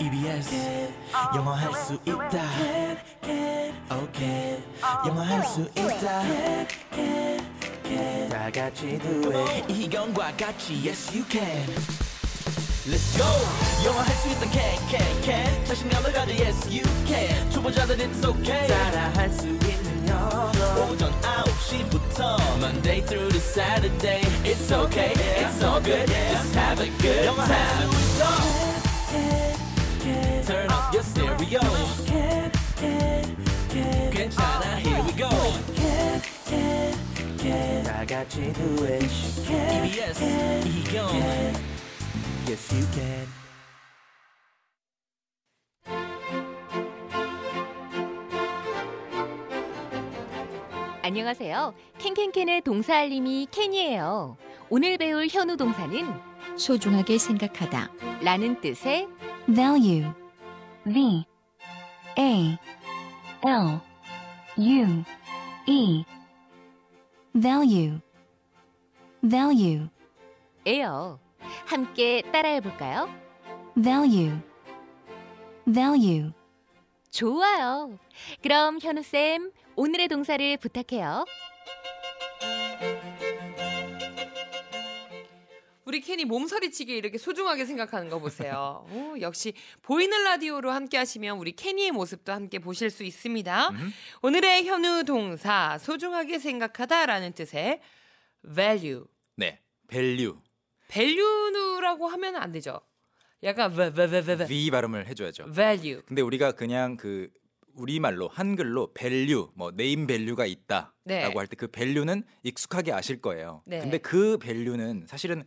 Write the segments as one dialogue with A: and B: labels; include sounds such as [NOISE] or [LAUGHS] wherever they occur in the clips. A: EBS 영어 할 수 있다 오케이 영어 할 수 있다 다 같이 do it 이희경과 같이 yes you can Let's go 영어 할 수 있다 can can can 자신감을 가져 yes you can 초보자들 it's okay 따라 할 수 있는 영어 오전 9시부터 Monday through to Saturday It's okay it's all good just have a good time 영어 할수 있어 Turn up your stereo. 괜찮아, here we go. 다 같이 do it. EBS, 이경. Yes, you can.
B: 안녕하세요. 캔캔캔의 동사 알림이 캔이에요. 오늘 배울 현우 동사는
C: 소중하게 생각하다.
B: 라는 뜻의
C: value v a l u e value value
B: 에요. 함께 따라해 볼까요?
C: value value
B: 좋아요. 그럼 현우쌤, 오늘의 동사를 부탁해요.
D: 우리 캔이 몸서리치기 이렇게 소중하게 생각하는 거 보세요. 오, 역시 보이는 라디오로 함께 하시면 우리 캔이의 모습도 함께 보실 수 있습니다.
E: 음.
D: 오늘의 현우 동사 소중하게 생각하다라는 뜻의 value.
E: 네, 밸류
D: value라고 하면 안 되죠. 약간 v v v v
E: V 발음을 해줘야죠.
D: value.
E: 근데 우리가 그냥 그 우리 말로 한글로 밸류 뭐 네임 밸류가 있다라고
D: 네.
E: 할 때 그 밸류는 익숙하게 아실 거예요.
D: 네.
E: 근데 그 밸류는 사실은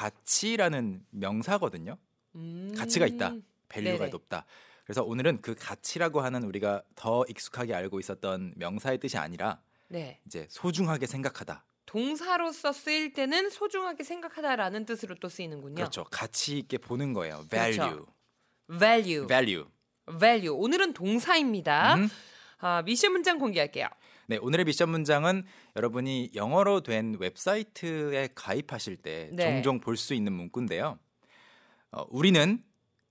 E: 가치라는 명사거든요.
D: 음.
E: 가치가 있다. 밸류가
D: 네네.
E: 높다. 그래서 오늘은 그 가치라고 하는 우리가 더 익숙하게 알고 있었던 명사의 뜻이 아니라
D: 네.
E: 이제 소중하게 생각하다.
D: 동사로서 쓰일 때는 소중하게 생각하다라는 뜻으로 또 쓰이는군요.
E: 그렇죠. 가치 있게 보는 거예요.
D: 그렇죠.
E: value.
D: value.
E: value.
D: value. 오늘은 동사입니다.
E: 네. 음.
D: 아, 미션 문장 공개할게요.
E: 네, 오늘의 미션 문장은 여러분이 영어로 된 웹사이트에 가입하실 때
D: 네.
E: 종종 볼 수 있는 문구인데요. 어, 우리는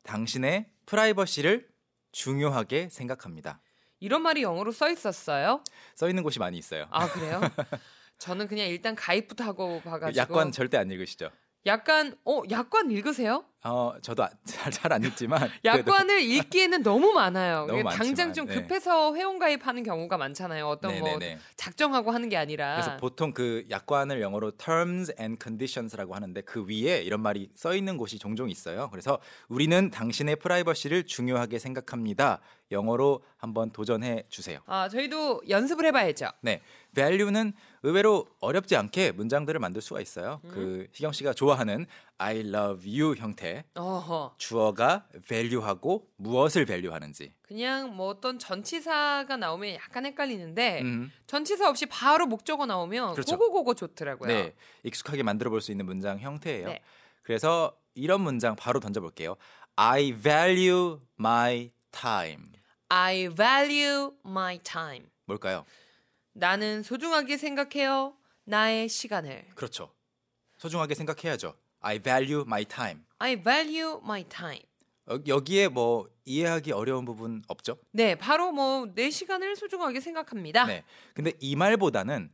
E: 당신의 프라이버시를 중요하게 생각합니다.
D: 이런 말이 영어로 써 있었어요?
E: 써 있는 곳이 많이 있어요.
D: 아 그래요? [LAUGHS] 저는 그냥 일단 가입부터 하고 봐가지고
E: 약관 절대 안 읽으시죠?
D: 약관 어 약관 읽으세요?
E: 어, 저도 잘 안 읽지만 그래도
D: [LAUGHS] 약관을 읽기에는 너무 많아요.
E: 네, [LAUGHS] 너무
D: 당장
E: 많지만,
D: 좀
E: 네.
D: 급해서 회원 가입하는 경우가 많잖아요. 어떤 뭐
E: 네네네.
D: 작정하고 하는 게 아니라
E: 그래서 보통 그 약관을 영어로 terms and conditions라고 하는데 그 위에 이런 말이 써 있는 곳이 종종 있어요. 그래서 우리는 당신의 프라이버시를 중요하게 생각합니다. 영어로 한번 도전해 주세요.
D: 아 저희도 연습을 해봐야죠.
E: 네, value는 의외로 어렵지 않게 문장들을 만들 수가 있어요. 그 희경 씨가 좋아하는 I love you 형태.
D: 어허
E: 주어가 value하고 무엇을 value하는지.
D: 그냥 뭐 어떤 전치사가 나오면 약간 헷갈리는데
E: 음,
D: 전치사 없이 바로 목적어 나오면
E: 그렇죠.
D: 고고고고 좋더라고요.
E: 네, 익숙하게 만들어 볼 수 있는 문장 형태예요.
D: 네.
E: 그래서 이런 문장 바로 던져 볼게요. I value my time.
D: I value my time.
E: 뭘까요?
D: 나는 소중하게 생각해요. 나의 시간을.
E: 그렇죠. 소중하게 생각해야죠. I value my time.
D: I value my time.
E: 어, 여기에 뭐 이해하기 어려운 부분 없죠?
D: 네, 바로 뭐 내 시간을 소중하게 생각합니다.
E: 네. 근데 이 말보다는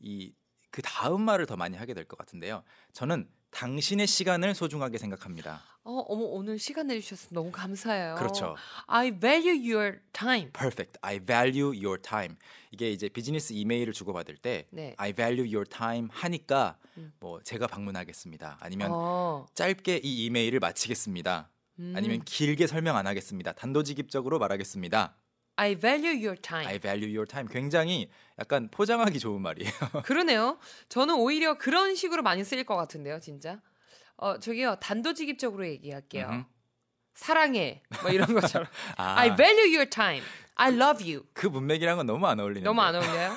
E: 이 그 다음 말을 더 많이 하게 될 것 같은데요. 저는 당신의 시간을 소중하게 생각합니다.
D: 어, 어머 오늘 시간 내주셔서 너무 감사해요.
E: 그렇죠.
D: I value your time.
E: Perfect. I value your time. 이게 이제 비즈니스 이메일을 주고받을 때
D: 네.
E: I value your time 하니까
D: 음.
E: 뭐 제가 방문하겠습니다. 아니면
D: 어,
E: 짧게 이 이메일을 마치겠습니다.
D: 음.
E: 아니면 길게 설명 안 하겠습니다. 단도직입적으로 말하겠습니다.
D: I value your time.
E: I value your time. 굉장히 약간 포장하기 좋은
D: [LAUGHS]
E: 말이에요. [LAUGHS]
D: 그러네요. 저는 오히려 그런 식으로 많이 쓰일 것 같은데요, 진짜. 어, 저기요 단도직입적으로 얘기할게요.
E: 음흠.
D: 사랑해, 뭐 이런 것처럼.
E: [LAUGHS] 아,
D: I value your time. I love you.
E: 그 문맥이랑은 너무 안 어울리는데.
D: 너무 안 어울려요?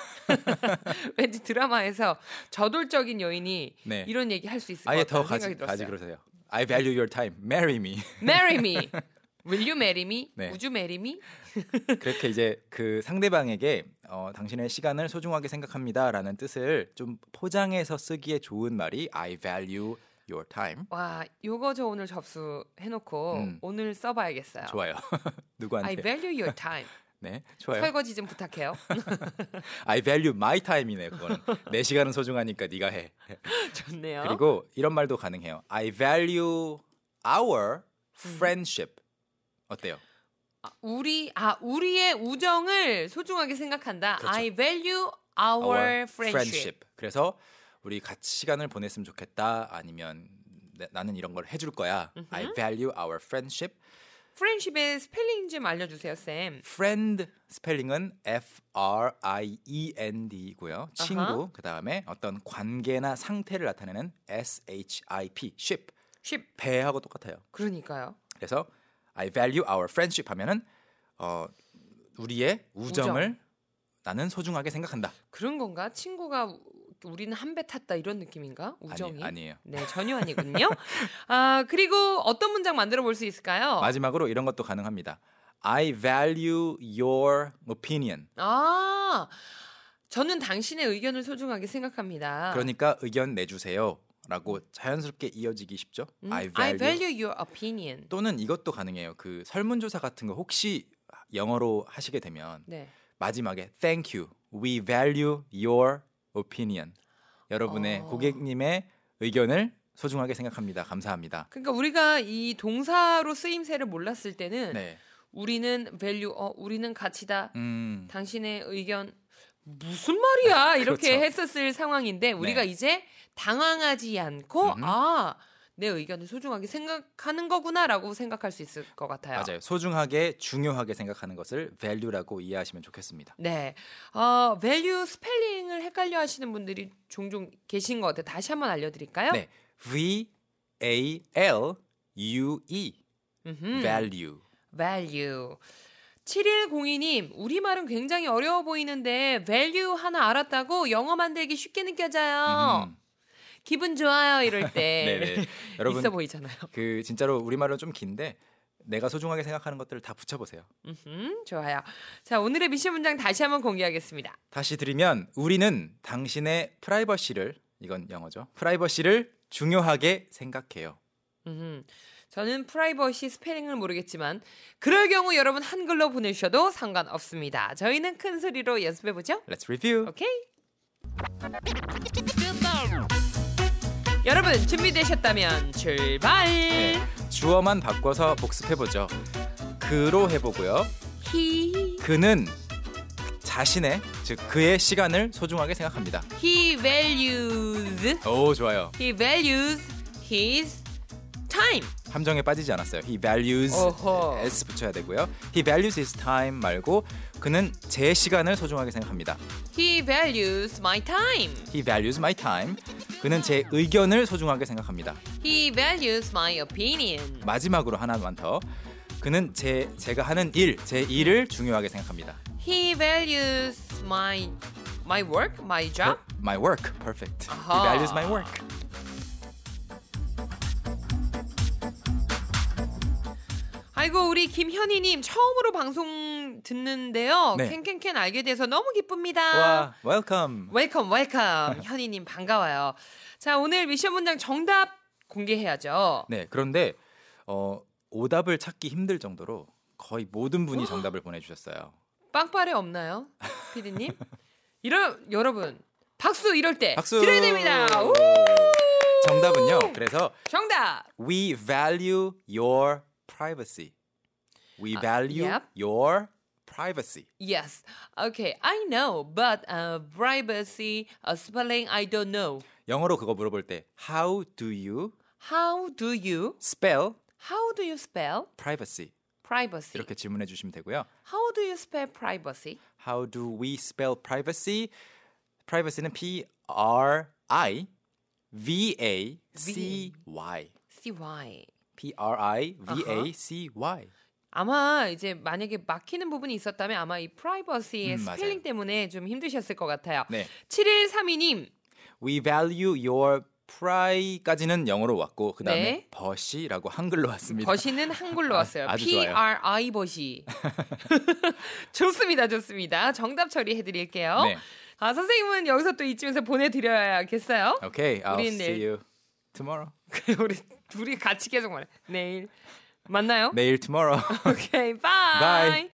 D: [LAUGHS] 왠지 드라마에서 저돌적인 여인이
E: 네.
D: 이런 얘기 할 수 있을 것
E: 아예
D: 같다는
E: 더 가지
D: 생각이
E: 가지
D: 들었어요.
E: 그러세요. I value your time.
D: [LAUGHS]
E: Marry me.
D: Marry me.
E: [LAUGHS]
D: Will you marry me?
E: 네.
D: Would you marry me?
E: 그렇게 이제 그 상대방에게 어, 당신의 시간을 소중하게 생각합니다라는 뜻을 좀 포장해서 쓰기에 좋은 말이 I value your time.
D: 와, 요거 저 오늘 접수해놓고
E: 음.
D: 오늘 써봐야겠어요.
E: 좋아요. [LAUGHS]
D: I
E: 누구한테?
D: value your time.
E: 네, [LAUGHS] 좋아요.
D: 설거지 좀 부탁해요.
E: [LAUGHS] I value my time이네. 그거는
D: [LAUGHS]
E: 내 시간은 소중하니까 네가 해.
D: 좋네요.
E: 그리고 이런 말도 가능해요. I value our
D: 음.
E: friendship. 어때요?
D: 아, 우리 아 우리의 우정을 소중하게 생각한다.
E: 그렇죠.
D: I value our, friendship.
E: 그래서 우리 같이 시간을 보냈으면 좋겠다. 아니면 나- 나는 이런 걸 해줄 거야. I value our friendship.
D: friendship. 의 스펠링 좀 알려주세요, 쌤.
E: friend 스펠링은 F R I E N D이고요. 친구.
D: 아하.
E: 그다음에 어떤 관계나 상태를 나타내는 S H I P ship.
D: ship.
E: 배하고 똑같아요.
D: 그러니까요.
E: 그래서 I value our friendship 하면은 어 우리의 우정을 나는 소중하게 생각한다.
D: 그런 건가? 친구가 우- 우리는 한 배 탔다 이런 느낌인가? 우정이
E: 아니에요.
D: 네 전혀 아니군요. 아 그리고 어떤 문장 만들어 볼 수 있을까요?
E: 마지막으로 이런 것도 가능합니다. I value your opinion.
D: 아 저는 당신의 의견을 소중하게 생각합니다.
E: 그러니까 의견 내주세요라고 자연스럽게 이어지기 쉽죠.
D: 음,
E: I, value.
D: I value your opinion.
E: 또는 이것도 가능해요. 그 설문조사 같은 거 혹시 영어로 하시게 되면
D: 네.
E: 마지막에 Thank you. We value your opinion. 여러분의
D: 어.
E: 고객님의 의견을 소중하게 생각합니다. 감사합니다.
D: 그러니까 우리가 이 동사로 쓰임새를 몰랐을 때는
E: 네.
D: 우리는 value, 어, 우리는 가치다.
E: 음.
D: 당신의 의견 무슨 말이야? 이렇게
E: [LAUGHS] 그렇죠. 네.
D: 했었을 상황인데 우리가 이제 당황하지 않고
E: 음흠.
D: 아, 내 의견을 소중하게 생각하는 거구나라고 생각할 수 있을 것 같아요.
E: 맞아요. 소중하게 중요하게 생각하는 것을 value라고 이해하시면 좋겠습니다.
D: 네. 어, value 스펠링을 헷갈려 하시는 분들이 종종 계신 것 같아요. 다시 한번 알려 드릴까요?
E: 네. V A L U E
D: 음.
E: value.
D: value. 7102님, 우리말은 굉장히 어려워 보이는데 value 하나 알았다고 영어 만들기 쉽게 느껴져요.
E: 음.
D: 기분 좋아요 이럴 때. [LAUGHS]
E: [LAUGHS] 네네.
D: 있어
E: 여러분
D: 보이잖아요.
E: 그 진짜로 우리말은 좀 긴데 내가 소중하게 생각하는 것들을 다 붙여 보세요.
D: 음, 좋아요. 자, 오늘의 미션 문장 다시 한번 공개하겠습니다.
E: 다시 드리면 우리는 당신의 프라이버시를 이건 영어죠. 프라이버시를 중요하게 생각해요.
D: 음, 저는 프라이버시 스펠링을 모르겠지만 그럴 경우 여러분 한글로 보내주셔도 상관없습니다. 저희는 큰 소리로 연습해보죠.
E: Let's review.
D: 오케이? 여러분 준비되셨다면 출발!
E: 네. 주어만 바꿔서 복습해 보죠. 그로 해 보고요.
D: He,
E: 그는 자신의 즉 그의 시간을 소중하게 생각합니다.
D: he values,
E: 오 좋아요.
D: he values his time.
E: 함정에 빠지지 않았어요. He values
D: 어허.
E: s 붙여야 되고요. He values his time 말고 그는 제 시간을 소중하게 생각합니다.
D: He values my time.
E: He values my time. 그는 제 의견을 소중하게 생각합니다.
D: He values my opinion.
E: 마지막으로 하나만 더. 그는 제 제가 하는 일, 제 일을 중요하게 생각합니다.
D: He values my my work, my job.
E: My work, perfect.
D: 아? 아하.
E: He values my work.
D: 아이고 우리 김현희님 처음으로 방송 듣는데요.
E: 네.
D: 캔캔캔 알게 돼서 너무 기쁩니다.
E: 와, welcome.
D: 웰컴
E: [LAUGHS]
D: 웰컴 현희님 반가워요. 자 오늘 미션 문장 정답 공개해야죠.
E: 네, 그런데 어, 오답을 찾기 힘들 정도로 거의 모든 분이 정답을 보내주셨어요.
D: 빵빠레 없나요,
E: [LAUGHS]
D: 피디님? 이런 여러분 박수 이럴 때
E: 박수
D: 드려야 됩니다. 우!
E: 정답은요. 그래서
D: 정답.
E: We value your privacy. We
D: 아,
E: value
D: yep.
E: your privacy.
D: Yes. Okay. I know, but uh, privacy uh, spelling I don't know.
E: 영어로 그거 물어볼 때 How do you
D: How do you
E: spell
D: How do you spell
E: privacy?
D: privacy?
E: 이렇게 질문해 주시면 되고요.
D: How do you spell privacy?
E: How do we spell privacy? privacy는 P R I V A C Y.
D: CY.
E: P R I V A C Y.
D: 아마 이제 만약에 막히는 부분이 있었다면 아마 이 프라이버시의
E: 음, 맞아요.
D: 스펠링 때문에 좀 힘드셨을 것 같아요.
E: 네.
D: 7132님.
E: We value your pride까지는 영어로 왔고 그다음에
D: 네.
E: 버시라고 한글로 왔습니다.
D: 버시는 한글로 왔어요.
E: [LAUGHS] 아주 좋아요.
D: PRI
E: [LAUGHS]
D: 버시. 좋습니다. 좋습니다. 정답 처리해 드릴게요.
E: 네.
D: 아, 선생님은 여기서 또 이쯤에서 보내 드려야겠어요?
E: Okay, I'll
D: 우린
E: see
D: 내일
E: you. tomorrow.
D: 그래 [LAUGHS] 우리 둘이 같이 계속 말해. 내일 만나요.
E: 네.
D: [LAUGHS]
E: 내일 tomorrow.
D: 오케이, 바이.
E: 바이.